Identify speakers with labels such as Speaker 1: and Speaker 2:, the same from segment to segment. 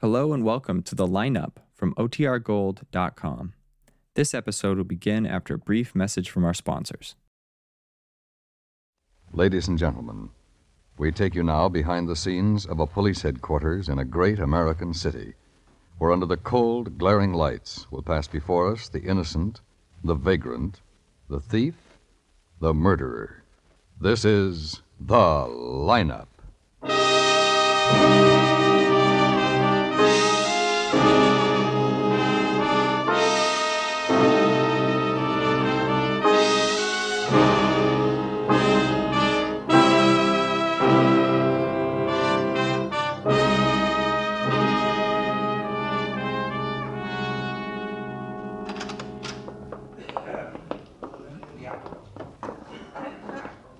Speaker 1: Hello and welcome to the lineup from OTRGold.com. This episode will begin after a brief message from our sponsors.
Speaker 2: Ladies and gentlemen, we take you now behind the scenes of a police headquarters in a great American city, where under the cold, glaring lights will pass before us the innocent, the vagrant, the thief, the murderer. This is The Lineup.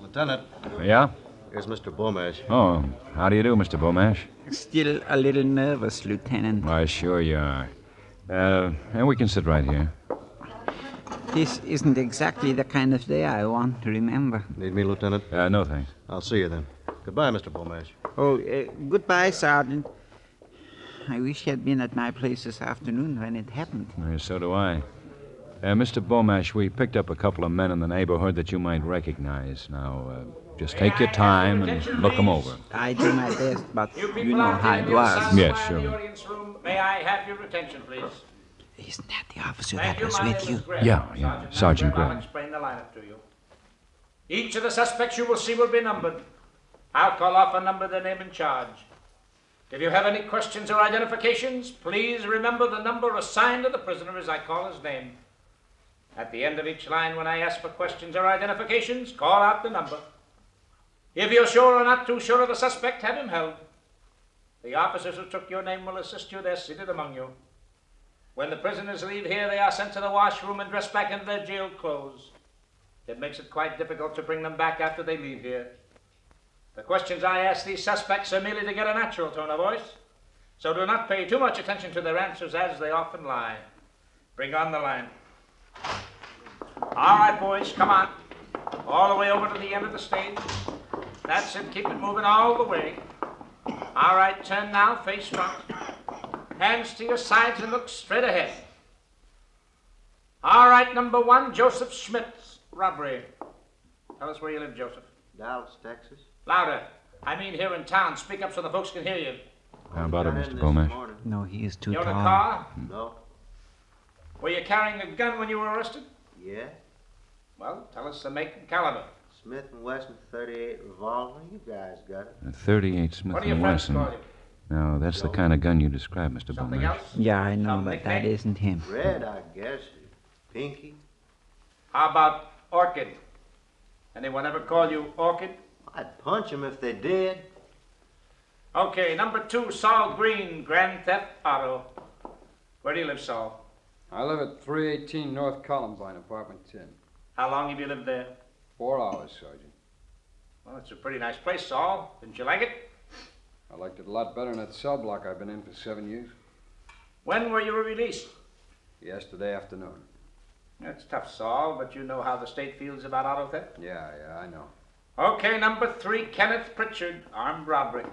Speaker 3: Lieutenant,
Speaker 4: Yeah?
Speaker 3: here's Mr. Bomash.
Speaker 4: Oh, how do you do, Mr. Bomash?
Speaker 5: Still a little nervous, Lieutenant.
Speaker 4: Why, sure you are. Uh, and we can sit right here.
Speaker 5: This isn't exactly the kind of day I want to remember.
Speaker 3: Need me, Lieutenant?
Speaker 4: Uh, no, thanks.
Speaker 3: I'll see you then. Goodbye, Mr. Bomash.
Speaker 5: Oh, uh, goodbye, Sergeant. I wish you had been at my place this afternoon when it happened.
Speaker 4: Uh, so do I. Uh, Mr. Bomash, we picked up a couple of men in the neighborhood that you might recognize. Now, uh, just take your time and look them over.
Speaker 5: I do my best, but
Speaker 6: You people
Speaker 5: you know
Speaker 6: out
Speaker 5: how
Speaker 6: there in
Speaker 5: it
Speaker 6: the
Speaker 5: was.
Speaker 6: south
Speaker 4: Yes,
Speaker 6: side
Speaker 4: sure.
Speaker 6: of the audience room, may I have your attention, please?
Speaker 5: Isn't that the officer
Speaker 6: Thank
Speaker 5: that
Speaker 6: you.
Speaker 5: was
Speaker 6: My
Speaker 5: with
Speaker 6: name is
Speaker 5: you?
Speaker 6: Graham.
Speaker 4: Yeah, yeah, Sergeant Graham.
Speaker 6: I'll explain the lineup to you. Each of the suspects you will see will be numbered. I'll call off a number, their name, and charge. If you have any questions or identifications, please remember the number assigned to the prisoner as I call his name. At the end of each line, when I ask for questions or identifications, call out the number. If you're sure or not too sure of the suspect, have him held. The officers who took your name will assist you. They're seated among you. When the prisoners leave here, they are sent to the washroom and dressed back into their jail clothes. It makes it quite difficult to bring them back after they leave here. The questions I ask these suspects are merely to get a natural tone of voice, so do not pay too much attention to their answers as they often lie. Bring on the line. All right, boys, come on. All the way over to the end of the stage. That's it, keep it moving all the way. All right, turn now, face front. Hands to your sides and look straight ahead. All right, number one, Joseph Schmidt's robbery. Tell us where you live, Joseph.
Speaker 3: Dallas, Texas.
Speaker 6: Louder. I mean here in town. Speak up so the folks can hear you.
Speaker 4: How about it,
Speaker 3: Got in
Speaker 4: Mr.
Speaker 3: this
Speaker 4: Bomash?
Speaker 3: morning.
Speaker 5: No, he is too
Speaker 6: You own a
Speaker 5: tall.
Speaker 6: car?
Speaker 3: No?
Speaker 6: Were you carrying a gun when you were arrested?
Speaker 3: Yeah?
Speaker 6: Well, tell us the make and caliber.
Speaker 3: Smith & Wesson 38 revolver. You guys got it.
Speaker 4: A 38 Uh, Smith
Speaker 6: What do your
Speaker 4: &
Speaker 6: friends
Speaker 4: Wesson.
Speaker 6: call you?
Speaker 4: No, that's the kind of gun you described, Mr.
Speaker 6: Something
Speaker 4: Bomash.
Speaker 6: else?
Speaker 5: Yeah, I know,
Speaker 6: Some
Speaker 5: but that
Speaker 6: nickname?
Speaker 5: isn't him.
Speaker 3: Red, I guess. Pinky.
Speaker 6: How about Orchid? Anyone ever call you Orchid?
Speaker 3: I'd punch him if they did.
Speaker 6: Okay, number two, Saul Green, Grand Theft Auto. Where do you live, Saul?
Speaker 7: I live at 318 North Columbine, apartment 10.
Speaker 6: How long have you lived there?
Speaker 7: Four hours, Sergeant.
Speaker 6: Well, it's a pretty nice place, Saul. Didn't you like it?
Speaker 7: I liked it a lot better in that cell block I've been in for seven years.
Speaker 6: When were you released?
Speaker 7: Yesterday afternoon.
Speaker 6: That's tough, Saul, but you know how the state feels about auto theft.
Speaker 7: Yeah, yeah, I know.
Speaker 6: Okay, number three, Kenneth Pritchard, armed robbery.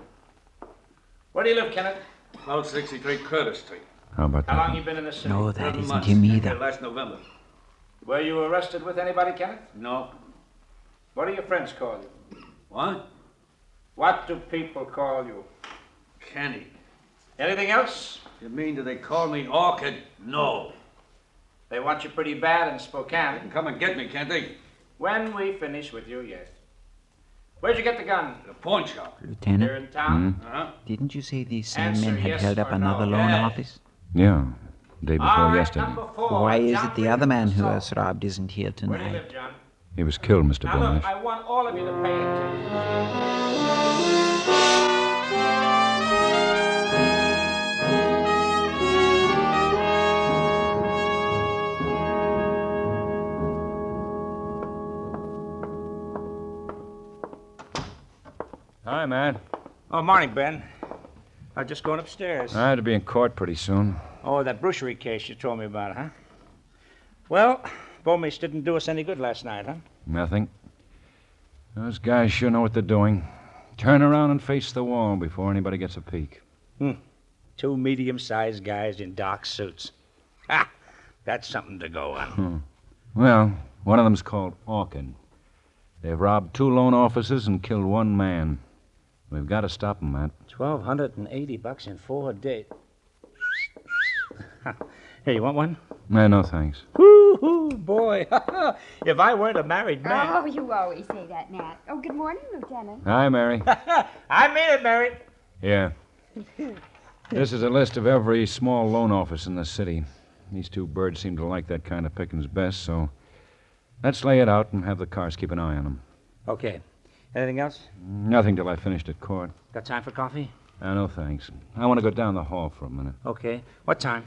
Speaker 6: Where do you live, Kenneth?
Speaker 8: 1263 Curtis Street.
Speaker 4: How about
Speaker 6: How long
Speaker 4: that?
Speaker 6: you been in this city?
Speaker 5: No, that
Speaker 8: Eleven
Speaker 5: isn't
Speaker 8: months.
Speaker 5: him either.
Speaker 8: Last November.
Speaker 6: Were you arrested with anybody, Kenneth?
Speaker 8: No.
Speaker 6: What do your friends call you?
Speaker 8: What?
Speaker 6: What do people call you?
Speaker 8: Kenny.
Speaker 6: Anything else?
Speaker 8: You mean do they call me Orchid? No.
Speaker 6: They want you pretty bad in Spokane.
Speaker 8: Come and get me, can't they?
Speaker 6: When we finish with you, yes. Where'd you get the gun?
Speaker 8: The pawn shop. Uh-huh.
Speaker 6: Here
Speaker 5: Lieutenant, Mm-hmm.
Speaker 6: in
Speaker 4: Hmm?
Speaker 6: town.
Speaker 8: Huh?
Speaker 5: didn't you say these same
Speaker 6: Uh-huh. Answer
Speaker 5: men had
Speaker 6: yes
Speaker 5: held up
Speaker 6: or no.
Speaker 5: another loan
Speaker 8: Yeah.
Speaker 5: office?
Speaker 4: Yeah, day
Speaker 6: All
Speaker 4: before
Speaker 6: right,
Speaker 4: yesterday.
Speaker 6: number four,
Speaker 5: Why is
Speaker 6: John
Speaker 5: it the other man who
Speaker 6: Saul.
Speaker 5: was robbed isn't here
Speaker 6: Where do you
Speaker 5: tonight?
Speaker 6: live, John?
Speaker 4: He was killed, Mr.
Speaker 6: Now look,
Speaker 4: Bomash.
Speaker 6: I want all of you to pay attention.
Speaker 4: Hi, Matt.
Speaker 6: Oh, morning, Ben. I'm just going upstairs.
Speaker 4: I had to be in court pretty soon.
Speaker 6: Oh, that brucery case you told me about, huh? Well, Bomish didn't do us any good last night, huh?
Speaker 4: Nothing. Those guys
Speaker 6: Hmm.
Speaker 4: sure know what they're doing. Turn around and face the wall before anybody gets a peek.
Speaker 6: Two medium sized guys in dark suits. Ha! That's something to go on.
Speaker 4: Hmm. Well, one of them's called Orkin. They've robbed two loan offices and killed one man. We've got to stop 'em, Matt.
Speaker 6: 1280 bucks in four days. hey, you want one?
Speaker 4: Eh, no, thanks.
Speaker 6: Woo-hoo, boy. if I weren't a married man.
Speaker 9: Oh, you always say that, Nat. Oh, good morning, Lieutenant.
Speaker 4: Hi, Mary.
Speaker 6: I mean it, Mary.
Speaker 4: Yeah. This is a list of every small loan office in the city. These two birds seem to like that kind of pickings best, so let's lay it out and have the cars keep an eye on them.
Speaker 6: Okay. Anything else?
Speaker 4: Nothing till I finished at court.
Speaker 6: Got time for coffee?
Speaker 4: Ah, no, thanks. I want to go down the hall for a minute.
Speaker 6: Okay. What time?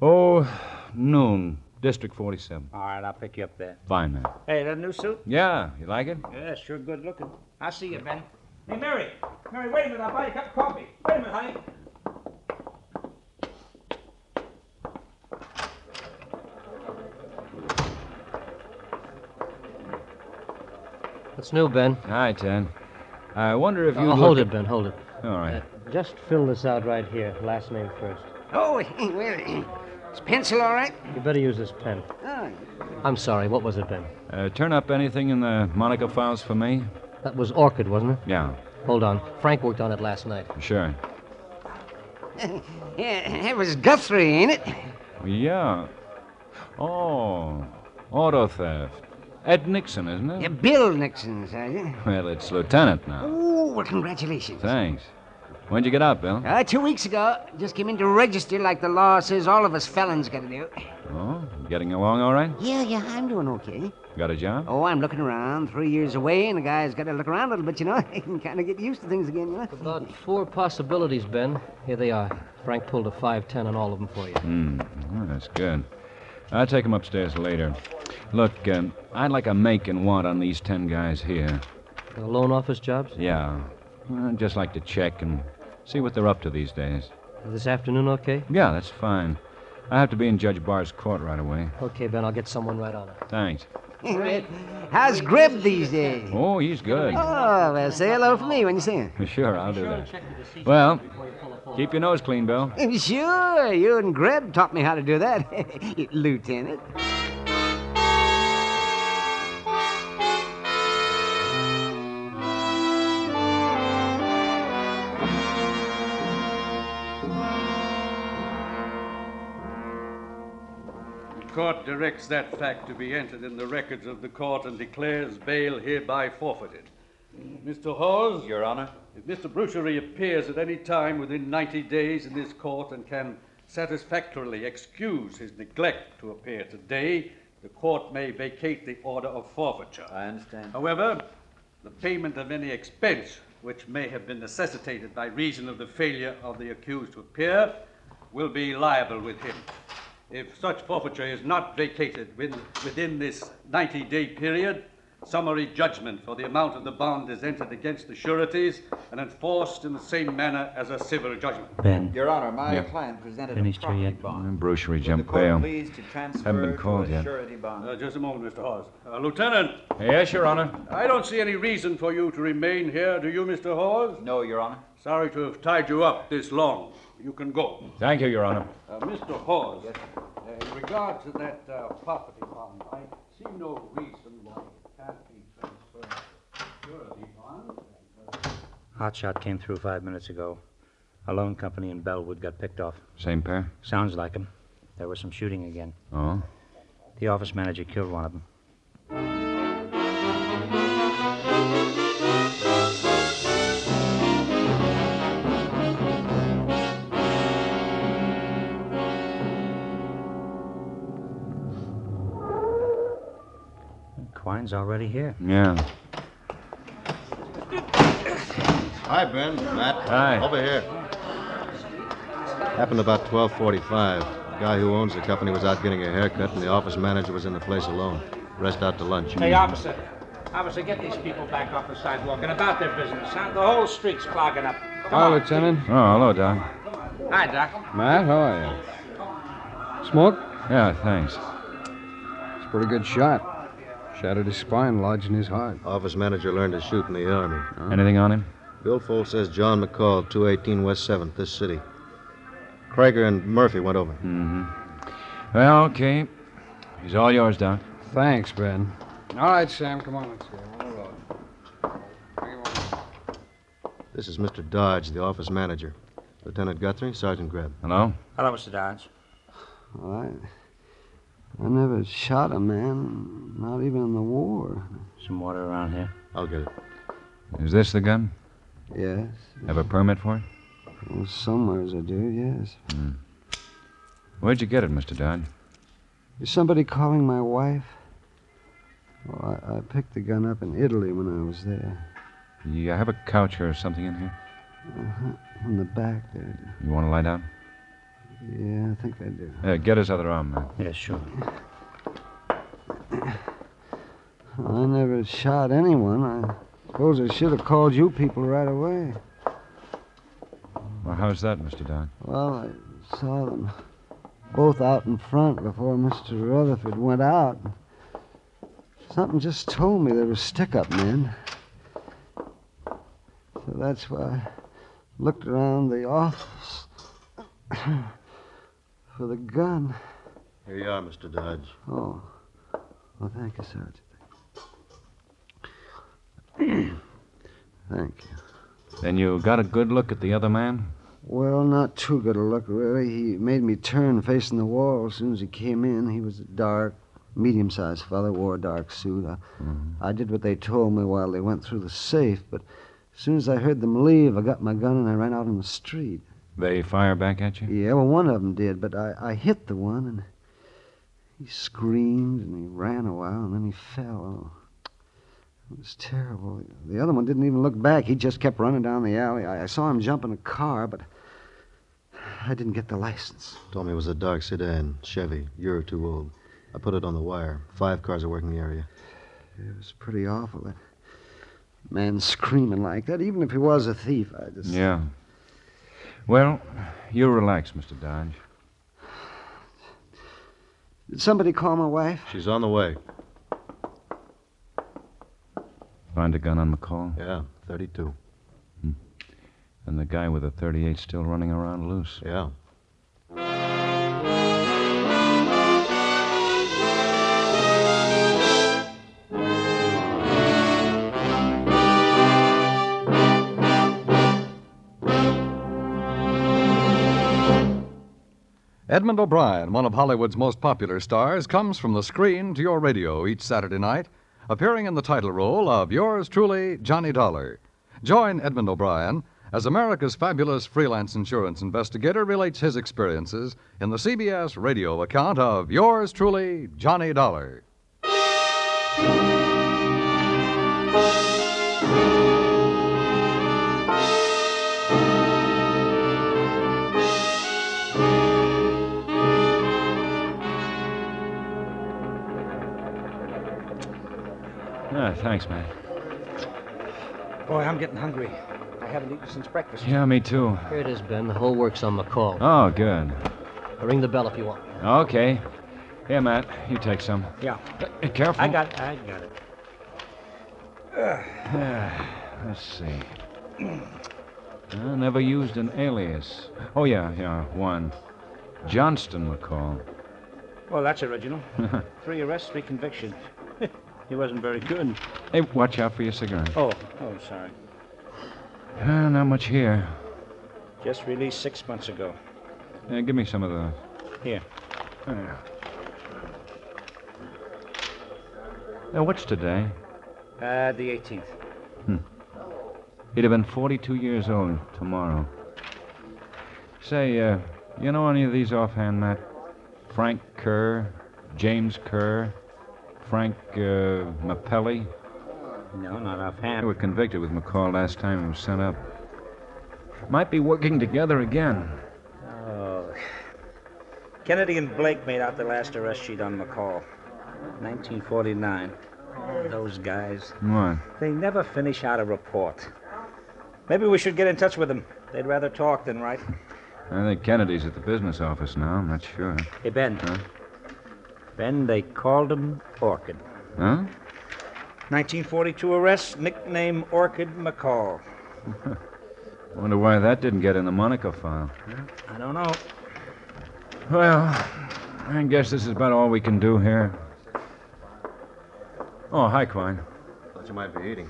Speaker 4: Oh, noon. District 47.
Speaker 6: All right, I'll pick you up there.
Speaker 4: Fine, man.
Speaker 6: Hey, that new suit?
Speaker 4: Yeah, you like it?
Speaker 6: Yeah, sure good looking. I'll see you, Ben. Hey, Mary. Mary, wait a minute. I'll buy you a cup of coffee. Wait a minute, honey.
Speaker 10: What's new, Ben?
Speaker 4: Hi, Ted. I wonder if you.
Speaker 10: Oh,
Speaker 4: look
Speaker 10: hold
Speaker 4: at-
Speaker 10: it, Ben. Hold it. Uh,
Speaker 4: All right.
Speaker 10: Just fill this out right here. Last name first.
Speaker 5: Oh, well, it's pencil all right?
Speaker 10: You better use this pen.
Speaker 5: Oh,
Speaker 10: I'm sorry. What was it, Ben?
Speaker 4: Uh, turn up anything in the Monica files for me?
Speaker 10: That was Orchid, wasn't it?
Speaker 4: Yeah,
Speaker 10: Hold on. Frank worked on it last night.
Speaker 4: sure.
Speaker 5: yeah, that was Guthrie, ain't it?
Speaker 4: Yeah. Oh, auto theft. Ed Nixon, isn't it?
Speaker 5: Yeah, Bill Nixon, Sergeant.
Speaker 4: Well, it's Lieutenant now.
Speaker 5: Oh, well, congratulations.
Speaker 4: Thanks. When'd you get out, Bill?
Speaker 5: Uh, two weeks ago, just came in to register like the law says all of us felons gotta do.
Speaker 4: Oh, getting along all right?
Speaker 5: Yeah, yeah, I'm doing okay.
Speaker 4: Got a job?
Speaker 5: Oh, I'm looking around. Three years away, and a guy's gotta look around a little bit, you know. He can kind of get used to things again, you know.
Speaker 10: About four possibilities, Ben. Here they are. Frank pulled a 510 on all of them for you.
Speaker 4: Hmm. well, that's good. I'll take him upstairs later. Look, um, I'd like a make and want on these ten guys here.
Speaker 10: The loan office jobs?
Speaker 4: Yeah. Well, I'd just like to check and see what they're up to these days.
Speaker 10: This afternoon, okay?
Speaker 4: Yeah, that's fine. I have to be in Judge Barr's court right away.
Speaker 10: Okay, Ben. I'll get someone right on it.
Speaker 4: Thanks.
Speaker 5: How's Grib these days?
Speaker 4: Oh, he's good.
Speaker 11: Ah.
Speaker 5: Oh, well, say hello for me when you see him.
Speaker 4: Sure, I'll do that. Well, keep your nose clean, Bill.
Speaker 5: Sure, you and Greb taught me how to do that, Lieutenant.
Speaker 7: The court directs that fact to be entered in the records of the court and declares bail hereby forfeited. Mr. Hawes? Your Honor. If Mr. Bruchery appears at any time within 90 days in this court and can satisfactorily excuse his neglect to appear today, the court may vacate the order of forfeiture. I understand. However, the payment of any expense which may have been necessitated by reason of the failure of the accused to appear will be liable with him. If such forfeiture is not vacated within, within this 90 day period, summary judgment for the amount of the bond is entered against the sureties and enforced in the same manner as a civil judgment.
Speaker 10: Ben.
Speaker 11: Your Honor, my
Speaker 4: Yeah.
Speaker 11: client presented
Speaker 10: Finished
Speaker 11: a
Speaker 10: her
Speaker 11: property
Speaker 10: yet?
Speaker 11: bond.
Speaker 4: Bruchery
Speaker 11: The
Speaker 4: jumped
Speaker 11: court
Speaker 4: bail.
Speaker 11: pleased to transfer
Speaker 4: Haven't been
Speaker 11: to
Speaker 4: called
Speaker 11: a
Speaker 4: yet.
Speaker 11: surety bond.
Speaker 7: Uh, just a moment, Mr. Hawes. Uh, Lieutenant,
Speaker 4: Yes, Your Honor.
Speaker 7: I don't see any reason for you to remain here, do you, Mr. Hawes?
Speaker 11: no, Your Honor.
Speaker 7: Sorry to have tied you up this long. You can go.
Speaker 4: Thank you, Your Honor.
Speaker 7: Uh, Mr. Hawes, uh, in regard to that uh, property bond, I see no reason why it can't be transferred to surety bond.
Speaker 6: Hotshot came through five minutes ago. A loan company in Bellwood got picked off.
Speaker 4: Same pair?
Speaker 6: Sounds like 'em. There was some shooting again.
Speaker 4: Oh.
Speaker 6: The office manager killed one of them. Quine's already here.
Speaker 4: Yeah.
Speaker 8: Hi, Ben. Matt.
Speaker 4: Hi.
Speaker 8: Over here. Happened about 12:45. The guy who owns the company was out getting a haircut, and the office manager was in the place alone. Rest out to lunch.
Speaker 6: Hey, officer. Officer, get these people back off the sidewalk and about their business. huh? The whole street's clogging up. Come
Speaker 7: Hi,
Speaker 6: on.
Speaker 7: Lieutenant.
Speaker 4: Oh, hello, Doc.
Speaker 6: Hi, Doc.
Speaker 7: Matt, how are you? Smoke?
Speaker 4: Yeah, thanks.
Speaker 7: It's a pretty good shot. Shattered his spine, lodged in his heart.
Speaker 8: Office manager learned to shoot in the army.
Speaker 4: Anything on him?
Speaker 8: Bill Folt says John McCall, 218 West 7th, this city. Krager and Murphy went over.
Speaker 4: Mm-hmm. Well, okay. He's all yours, Doc.
Speaker 11: Thanks, Ben. All right, Sam, come on, let's go. All right.
Speaker 8: This is Mr. Dodge, the office manager. Lieutenant Guthrie, Sergeant Greb.
Speaker 4: Hello?
Speaker 6: Hello, Mr. Dodge.
Speaker 12: Well, I, I never shot a man, not even in the war.
Speaker 6: Some water around here?
Speaker 8: I'll get it.
Speaker 4: Is this the gun?
Speaker 12: Yes.
Speaker 4: Have a permit for it? Hmm.
Speaker 12: Well, somewheres I do, yes.
Speaker 4: Where'd you get it, Mr. Dodd?
Speaker 12: Is somebody calling my wife? Well, I, I picked the gun up in Italy when I was there.
Speaker 4: You have a couch or something in here?
Speaker 12: Uh-huh. In the back there.
Speaker 4: You want to lie down?
Speaker 12: Yeah, I think I do.
Speaker 4: Yeah, Uh, get his other arm, man.
Speaker 6: Yeah, sure.
Speaker 12: I never shot anyone. I suppose I should have called you people right away.
Speaker 4: Well, how's that, Mr. Dodd?
Speaker 12: Well, I saw them both out in front before Mr. Rutherford went out. Something just told me they were stick up men. So that's why I looked around the office for the gun.
Speaker 8: Here you are, Mr. Dodge.
Speaker 12: Oh. Well, thank you, Sergeant. thank you.
Speaker 4: Then you got a good look at the other man?
Speaker 12: Well, not too good a look, really. He made me turn facing the wall as soon as he came in. He was a dark, medium sized fellow, wore a dark suit. I, I did what they told me while they went through the safe, but as soon as I heard them leave, I got my gun and I ran out on the street.
Speaker 4: They fire back at you?
Speaker 12: Yeah, well, one of them did, but I, I hit the one, and he screamed and he ran a while, and then he fell. Oh, it was terrible. The other one didn't even look back. He just kept running down the alley. I, I saw him jump in a car, but I didn't get the license.
Speaker 8: Told me it was a dark sedan, Chevy, year or two old. I put it on the wire. Five cars are working the area.
Speaker 12: It was pretty awful. That man screaming like that, even if he was a thief, I just.
Speaker 4: Yeah. Well, you relax, Mr. Dodge.
Speaker 12: Did somebody call my wife?
Speaker 8: She's on the way.
Speaker 4: Find a gun on McCall?
Speaker 8: Yeah, 32.
Speaker 4: And the guy with the 38 still running around loose.
Speaker 8: Yeah.
Speaker 2: Edmund O'Brien, one of Hollywood's most popular stars, comes from the screen to your radio each Saturday night, appearing in the title role of yours truly, Johnny Dollar. Join Edmund O'Brien as America's fabulous freelance insurance investigator relates his experiences in the CBS radio account of yours truly, Johnny Dollar.
Speaker 4: Ah, thanks, man.
Speaker 13: Boy, I'm getting hungry. I haven't eaten since breakfast.
Speaker 4: Yeah, me too.
Speaker 10: Here it is, Ben. The whole works on McCall.
Speaker 4: Oh, good.
Speaker 10: Ring the bell if you want.
Speaker 4: Okay. Here, Matt, you take some.
Speaker 13: Yeah.
Speaker 4: Uh, careful.
Speaker 13: I got it. I got it.
Speaker 4: Ah, let's see. I never used an alias. Oh, yeah, yeah, one. Johnston McCall.
Speaker 13: Well, that's original. Three arrests, three convictions. he wasn't very good.
Speaker 4: Hey, watch out for your cigarette.
Speaker 13: Oh, oh, sorry.
Speaker 4: Ah, not much here.
Speaker 13: Just released six months ago.
Speaker 4: Uh, give me some of the.
Speaker 13: Here.
Speaker 4: Uh, now, what's today?
Speaker 13: Uh, the 18th.
Speaker 4: He'd have been 42 years old tomorrow. Say, uh, you know any of these offhand, Matt? Frank Kerr, James Kerr, Frank uh, Mapelli?
Speaker 13: No, not
Speaker 4: They
Speaker 13: offhand.
Speaker 4: were convicted with McCall last time and was sent up. Might be working together again.
Speaker 13: Oh. Kennedy and Blake made out the last arrest sheet on McCall. 1949. Oh, Those guys.
Speaker 4: What?
Speaker 13: They never finish out a report. Maybe we should get in touch with them. They'd rather talk than write.
Speaker 4: I think Kennedy's at the business office now. I'm not sure.
Speaker 13: Hey, Ben.
Speaker 4: Huh?
Speaker 13: Ben, they called him Orchid.
Speaker 4: Huh?
Speaker 13: 1942 arrest, nickname Orchid McCall.
Speaker 4: Wonder why that didn't get in the Monica file.
Speaker 13: I don't know.
Speaker 4: Well, I guess this is about all we can do here. Oh, hi, Klein.
Speaker 8: Thought you might be eating.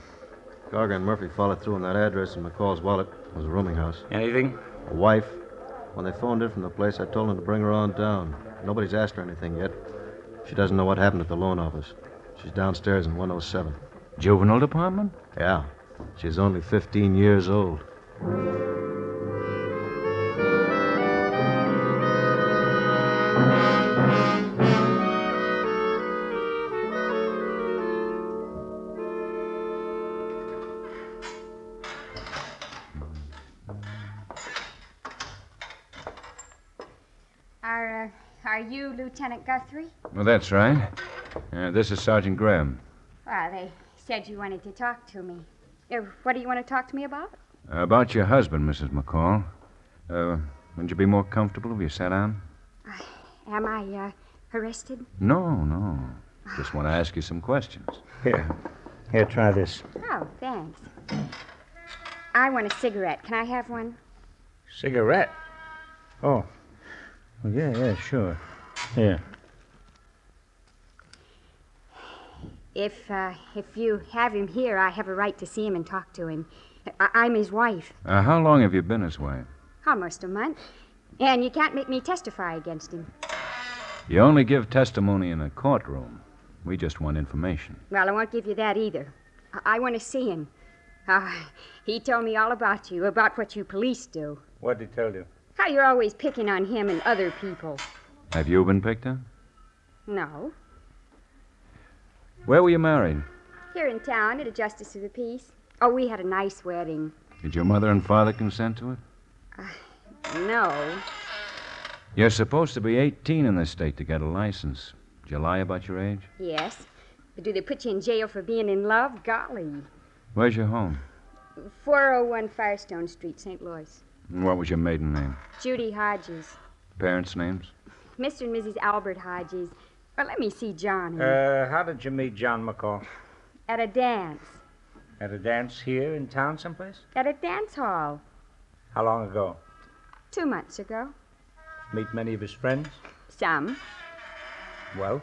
Speaker 8: Gargan and Murphy followed through on that address in McCall's wallet. It was a rooming house.
Speaker 13: Anything?
Speaker 8: A wife. When they phoned in from the place, I told them to bring her on down. Nobody's asked her anything yet. She doesn't know what happened at the loan office. She's downstairs in 107.
Speaker 4: Juvenile department?
Speaker 8: Yeah. She's only 15 years old.
Speaker 9: Are, uh, are you Lieutenant Guthrie?
Speaker 4: Well, that's right. Uh, this is Sergeant Graham.
Speaker 9: Well, they said you wanted to talk to me. Uh, what do you want to talk to me about?
Speaker 4: Uh, About your husband, Mrs. McCall. Uh, wouldn't you be more comfortable if you sat down?
Speaker 9: Am I uh, arrested?
Speaker 4: No, no. Just want to ask you some questions.
Speaker 13: Here. Here, try this.
Speaker 9: Oh, thanks. I want a cigarette. Can I have one?
Speaker 13: Cigarette? Oh. Well, yeah, yeah, sure. Yeah.
Speaker 9: If uh, if you have him here, I have a right to see him and talk to him. I- I'm his wife.
Speaker 4: Uh, how long have you been his wife?
Speaker 9: Almost a month. And you can't make me testify against him.
Speaker 4: You only give testimony in a courtroom. We just want information.
Speaker 9: Well, I won't give you that either. I, I want to see him. Ah, he told me all about you, about what you police do.
Speaker 13: What'd he tell you?
Speaker 9: How you're always picking on him and other people.
Speaker 4: Have you been picked up?
Speaker 9: No.
Speaker 4: Where were you married?
Speaker 9: Here in town at a justice of the peace. Oh, we had a nice wedding.
Speaker 4: Did your mother and father consent to it?
Speaker 9: No.
Speaker 4: You're supposed to be 18 in this state to get a license. Did you lie about your age?
Speaker 9: Yes. But do they put you in jail for being in love? Golly.
Speaker 4: Where's your home?
Speaker 9: 401 Firestone Street, St. Louis.
Speaker 4: And What was your maiden name?
Speaker 9: Judy Hodges.
Speaker 4: Parents' names?
Speaker 9: Mr. and Mrs. Albert Hodges. Well, let me see Johnny.
Speaker 13: Uh, how did you meet John McCall?
Speaker 9: At a dance.
Speaker 13: At a dance here in town someplace?
Speaker 9: At a dance hall.
Speaker 13: How long ago?
Speaker 9: Two months ago.
Speaker 13: Meet many of his friends?
Speaker 9: Some.
Speaker 13: Well?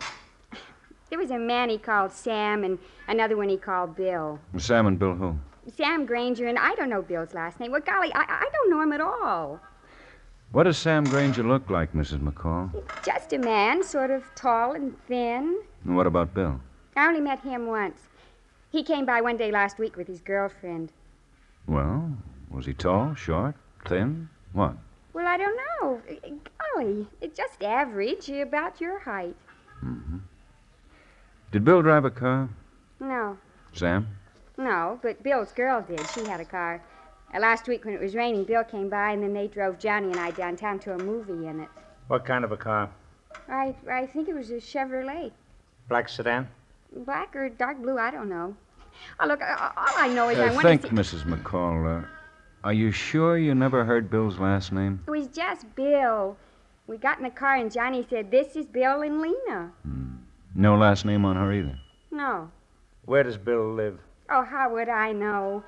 Speaker 9: There was a man he called Sam and another one he called Bill.
Speaker 4: Sam and Bill who?
Speaker 9: Sam Granger, and I don't know Bill's last name. Well, golly, I, I don't know him at all.
Speaker 4: What does Sam Granger look like, Mrs. McCall?
Speaker 9: Just a man, sort of tall and thin.
Speaker 4: And what about Bill?
Speaker 9: I only met him once. He came by one day last week with his girlfriend.
Speaker 4: Well, was he tall, short, thin? What?
Speaker 9: Well, I don't know. Golly, just average, about your height.
Speaker 4: hmm Did Bill drive a car?
Speaker 9: No,
Speaker 4: Sam?
Speaker 9: no, but Bill's girl did. She had a car. Uh, last week when it was raining, Bill came by, and then they drove Johnny and I downtown to a movie in it.
Speaker 13: What kind of a car?
Speaker 9: I, I think it was a Chevrolet.
Speaker 13: Black sedan?
Speaker 9: Black or dark blue, I don't know. Oh, look, uh, all I know is I
Speaker 4: uh,
Speaker 9: want
Speaker 4: think,
Speaker 9: to see...
Speaker 4: Mrs. McCall, uh, are you sure you never heard Bill's last name?
Speaker 9: It was just Bill. We got in the car, and Johnny said, this is Bill and Lena.
Speaker 4: No last name on her either.
Speaker 9: No.
Speaker 13: Where does Bill live?
Speaker 9: Oh, how would I know?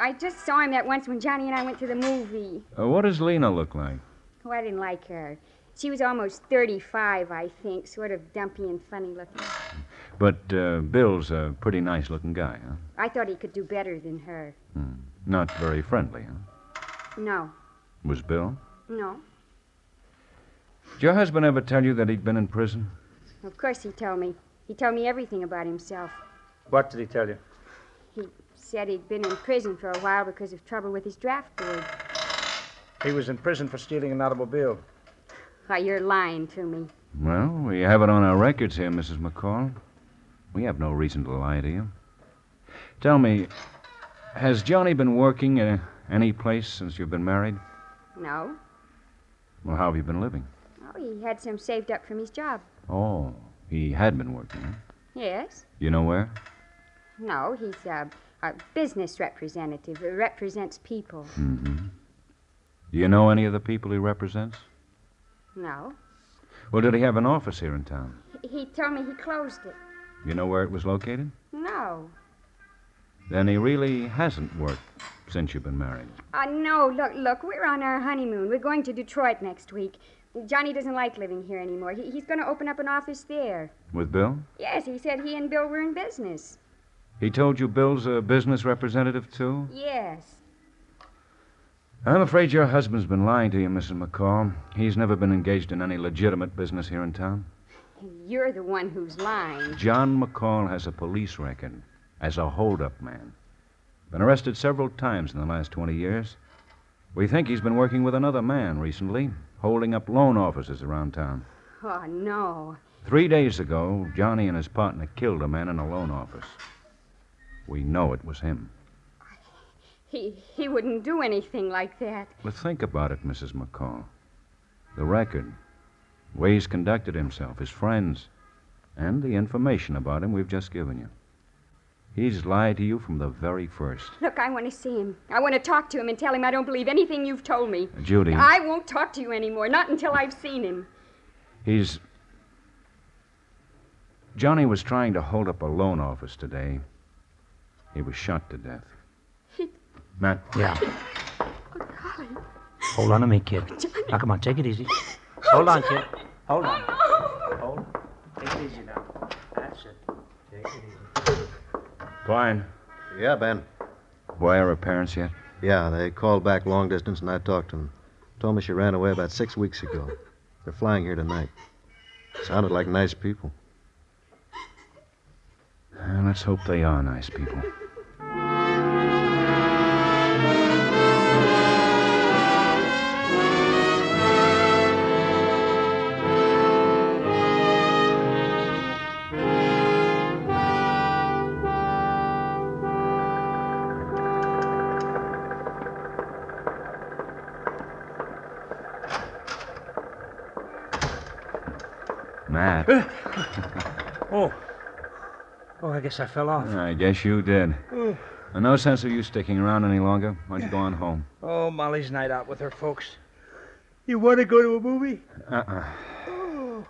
Speaker 9: I just saw him that once when Johnny and I went to the movie.
Speaker 4: Uh, what does Lena look like?
Speaker 9: Oh, I didn't like her. She was almost 35, I think, sort of dumpy and funny looking.
Speaker 4: But uh, Bill's a pretty nice looking guy, huh?
Speaker 9: I thought he could do better than her.
Speaker 4: Not very friendly, huh?
Speaker 9: No,
Speaker 4: Was Bill?
Speaker 9: no.
Speaker 4: Did your husband ever tell you that he'd been in prison?
Speaker 9: Of course he told me. He told me everything about himself.
Speaker 13: What did he tell you?
Speaker 9: He said he'd been in prison for a while because of trouble with his draft board.
Speaker 13: He was in prison for stealing an automobile.
Speaker 9: Why, you're lying to me.
Speaker 4: Well, we have it on our records here, Mrs. McCall. We have no reason to lie to you. Tell me, has Johnny been working at any place since you've been married?
Speaker 9: No.
Speaker 4: Well, how have you been living?
Speaker 9: Oh, he had some saved up from his job.
Speaker 4: Oh, he had been working. huh?
Speaker 9: Yes?
Speaker 4: You know where?
Speaker 9: No, he's a, a business representative. He represents people.
Speaker 4: Mm-hmm. Do you know any of the people he represents?
Speaker 9: No.
Speaker 4: Well, did he have an office here in town?
Speaker 9: He- He told me he closed it.
Speaker 4: You know where it was located?
Speaker 9: No.
Speaker 4: Then he really hasn't worked since you've been married.
Speaker 9: Uh, no, look, look, we're on our honeymoon. We're going to Detroit next week. Johnny doesn't like living here anymore. He, he's going to open up an office there.
Speaker 4: With Bill?
Speaker 9: Yes, he said he and Bill were in business.
Speaker 4: He told you Bill's a business representative, too?
Speaker 9: Yes.
Speaker 4: I'm afraid your husband's been lying to you, Mrs. McCall. He's never been engaged in any legitimate business here in town.
Speaker 9: You're the one who's lying.
Speaker 4: John McCall has a police record as a holdup man. Been arrested several times in the last 20 years. We think he's been working with another man recently, holding up loan offices around town.
Speaker 9: Oh, no.
Speaker 4: Three days ago, Johnny and his partner killed a man in a loan office. We know it was him.
Speaker 9: He, he wouldn't do anything like that.
Speaker 4: Well, think about it, Mrs. McCall. The record, the way he's conducted himself, his friends, and the information about him we've just given you. He's lied to you from the very first.
Speaker 9: Look, I want to see him. I want to talk to him and tell him I don't believe anything you've told me.
Speaker 4: Judy.
Speaker 9: I won't talk to you anymore, not until I've seen him.
Speaker 4: He's. Johnny was trying to hold up a loan office today. He was shot to death. Matt.
Speaker 6: Yeah. Hold on to me, kid. Now, come on, take it easy. Hold on, kid. Hold on. Hold on. Take it easy now. That's it. Take it easy.
Speaker 4: Klein.
Speaker 8: Yeah, Ben.
Speaker 4: Why are her parents yet?
Speaker 8: Yeah, they called back long distance and I talked to them. Told me she ran away about six weeks ago. They're flying here tonight. Sounded like nice people.
Speaker 4: Uh, let's hope they are nice people. Matt.
Speaker 6: Uh, oh. Oh, I guess I fell off.
Speaker 4: I guess you did. Uh,
Speaker 6: Oh.
Speaker 4: No sense of you sticking around any longer. Why don't you go on home?
Speaker 6: Oh, Molly's night out with her folks. You want to go to a movie?
Speaker 4: Uh-uh.
Speaker 6: Oh,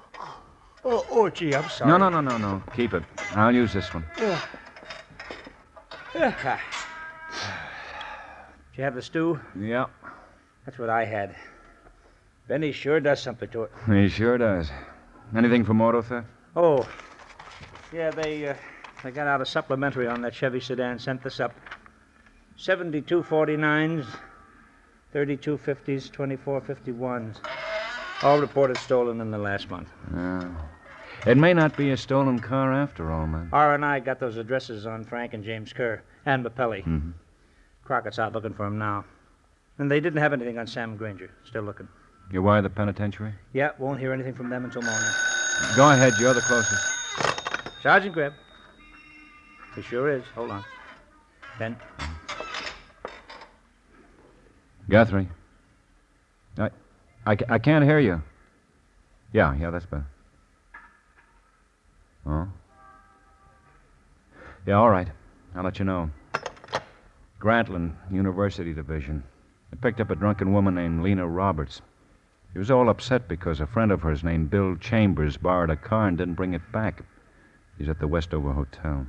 Speaker 6: oh, oh gee, I'm sorry.
Speaker 4: No, no, no, no, no. Keep it. I'll use this one.
Speaker 6: Yeah. Yeah. Did you have the stew?
Speaker 4: Yeah.
Speaker 6: That's what I had. Benny sure does something to it.
Speaker 4: He sure does. Anything from auto theft?
Speaker 6: Oh, yeah, they uh, they got out a supplementary on that Chevy sedan. Sent this up. 7249s, 3250s, 2451s. All reported stolen in the last month.
Speaker 4: Yeah. It may not be a stolen car after all, man.
Speaker 6: R and I got those addresses on Frank and James Kerr and Mapelli.
Speaker 4: Mhm.
Speaker 6: Crockett's out looking for him now. And they didn't have anything on Sam Granger. Still looking.
Speaker 4: You wire the penitentiary?
Speaker 6: Yeah, won't hear anything from them until morning.
Speaker 4: Go ahead. You're the closest.
Speaker 6: Sergeant Greb. He sure is. Hold on. Ben.
Speaker 4: Guthrie. I, I, ca- I can't hear you. Yeah, yeah, that's better. Oh? Yeah, all right. I'll let you know. Grantland, University Division. They picked up a drunken woman named Lena Roberts. She was all upset because a friend of hers named Bill Chambers borrowed a car and didn't bring it back. He's at the Westover Hotel.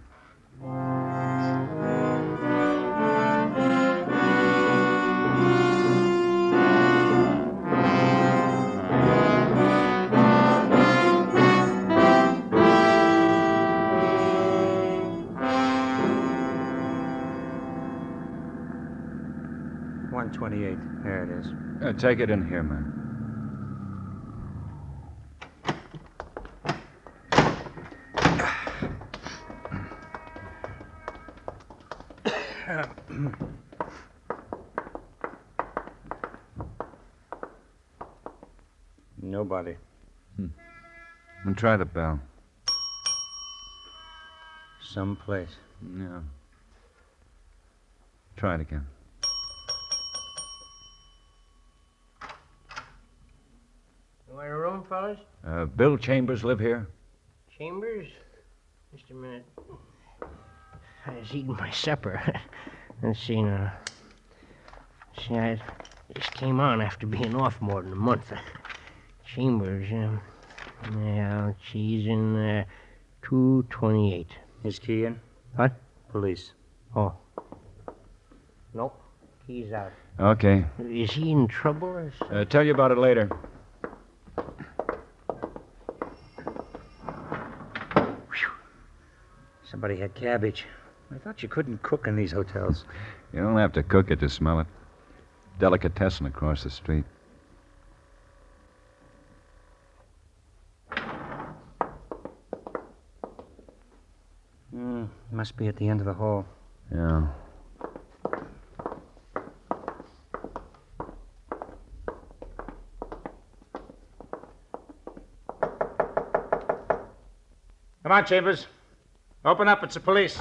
Speaker 6: One twenty-eight. There it is.
Speaker 4: Uh, take it in here, man.
Speaker 6: Nobody.
Speaker 4: And Hmm. try the bell.
Speaker 6: Someplace.
Speaker 4: Yeah. Try it again.
Speaker 14: You want a room, fellas?
Speaker 4: Uh, Bill Chambers live here?
Speaker 14: Chambers? Just a minute. I was eating my supper. Let's see now. See, I just came on after being off more than a month. Chambers, um, yeah, she's in uh, 228.
Speaker 6: Is key in?
Speaker 14: What?
Speaker 6: Police.
Speaker 14: Oh. Nope. He's out.
Speaker 4: Okay.
Speaker 14: Is he in trouble or something?
Speaker 4: Uh, tell you about it later.
Speaker 13: Somebody had cabbage. I thought you couldn't cook in these hotels.
Speaker 4: You don't have to cook it to smell it. Delicatessen across the street.
Speaker 13: Mm, must be at the end of the hall.
Speaker 4: Yeah.
Speaker 6: Come on, Chambers. Open up. It's the police.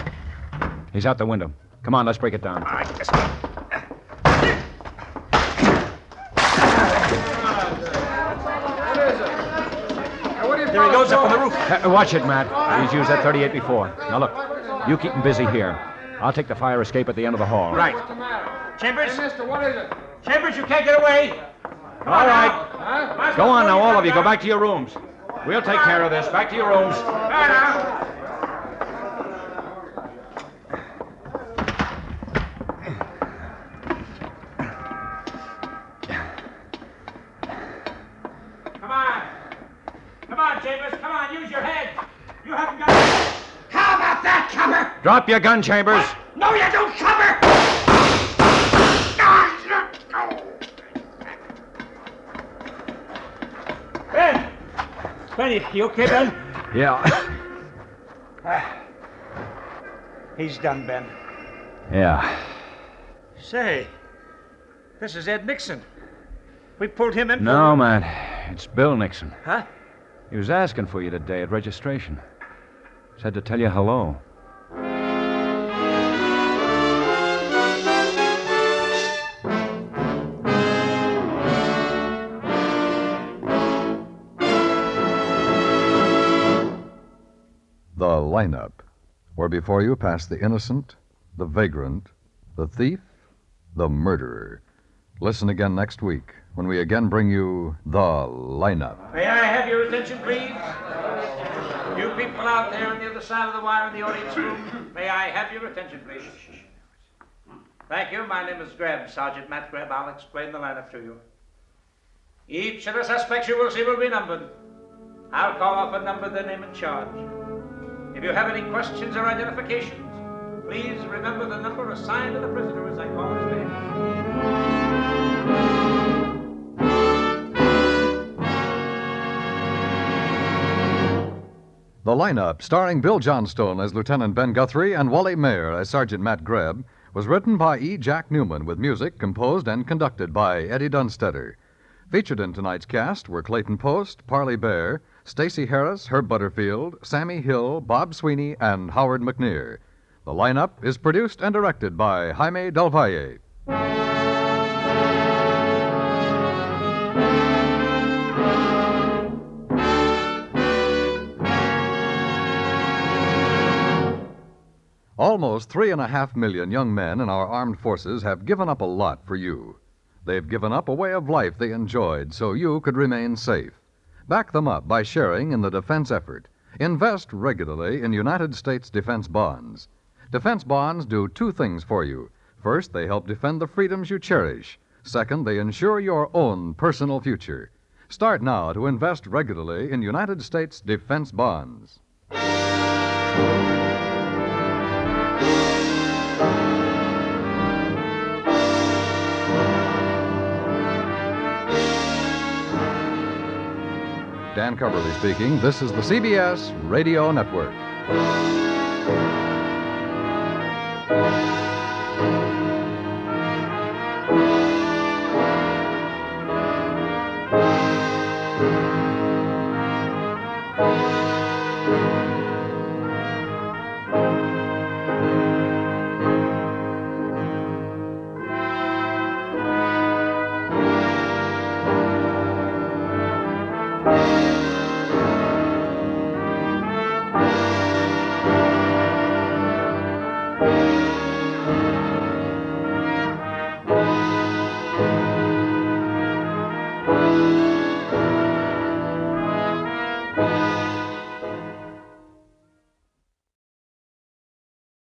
Speaker 4: He's out the window. Come on, let's break it down.
Speaker 6: There he goes up on the roof.
Speaker 4: Uh, watch it, Matt. He's used that 38 before. Now look, you keep him busy here. I'll take the fire escape at the end of the hall.
Speaker 6: Right.
Speaker 11: What's the matter?
Speaker 6: Chambers?
Speaker 11: Hey, mister, what is it?
Speaker 6: Chambers, you can't get away.
Speaker 4: All right.
Speaker 11: Huh?
Speaker 4: Go on now, all of you. Go back to your rooms. We'll take care of this. Back to your rooms.
Speaker 6: Come on. Come on, Chambers. Come on. Use your head. You haven't got. How about that, cover?
Speaker 4: Drop your gun, Chambers.
Speaker 6: No, you don't cover. Ben! Ben, you- you okay, Ben?
Speaker 4: Yeah.
Speaker 6: He's done, Ben.
Speaker 4: Yeah.
Speaker 6: Say, this is Ed Nixon. We pulled him in. for-
Speaker 4: No, Matt. It's Bill Nixon.
Speaker 6: Huh?
Speaker 4: He was asking for you today at registration. Said to tell you hello.
Speaker 2: The lineup, where before you pass the innocent, the vagrant, the thief, the murderer. Listen again next week when we again bring you the lineup.
Speaker 6: May I have your attention, please? You people out there on the other side of the wire in the audience room, may I have your attention, please? Thank you. My name is Greb, Sergeant Matt Greb. I'll explain the lineup to you. Each of the suspects you will see will be numbered. I'll call off a number, their name, and charge. If you have any questions or identifications, please remember the number assigned to the prisoner as I call his name.
Speaker 2: The lineup, starring Bill Johnstone as Lieutenant Ben Guthrie and Wally Mayer as Sergeant Matt Greb, was written by E. Jack Newman with music composed and conducted by Eddie Dunstetter. Featured in tonight's cast were Clayton Post, Parley Bear, Stacy Harris, Herb Butterfield, Sammy Hill, Bob Sweeney, and Howard McNear. The lineup is produced and directed by Jaime Del Valle. Almost three and a half million young men in our armed forces have given up a lot for you. They've given up a way of life they enjoyed so you could remain safe. Back them up by sharing in the defense effort. Invest regularly in United States defense bonds. Defense bonds do two things for you. First, they help defend the freedoms you cherish. Second, they ensure your own personal future. Start now to invest regularly in United States defense bonds. Dan Coverly speaking. This is the CBS Radio Network.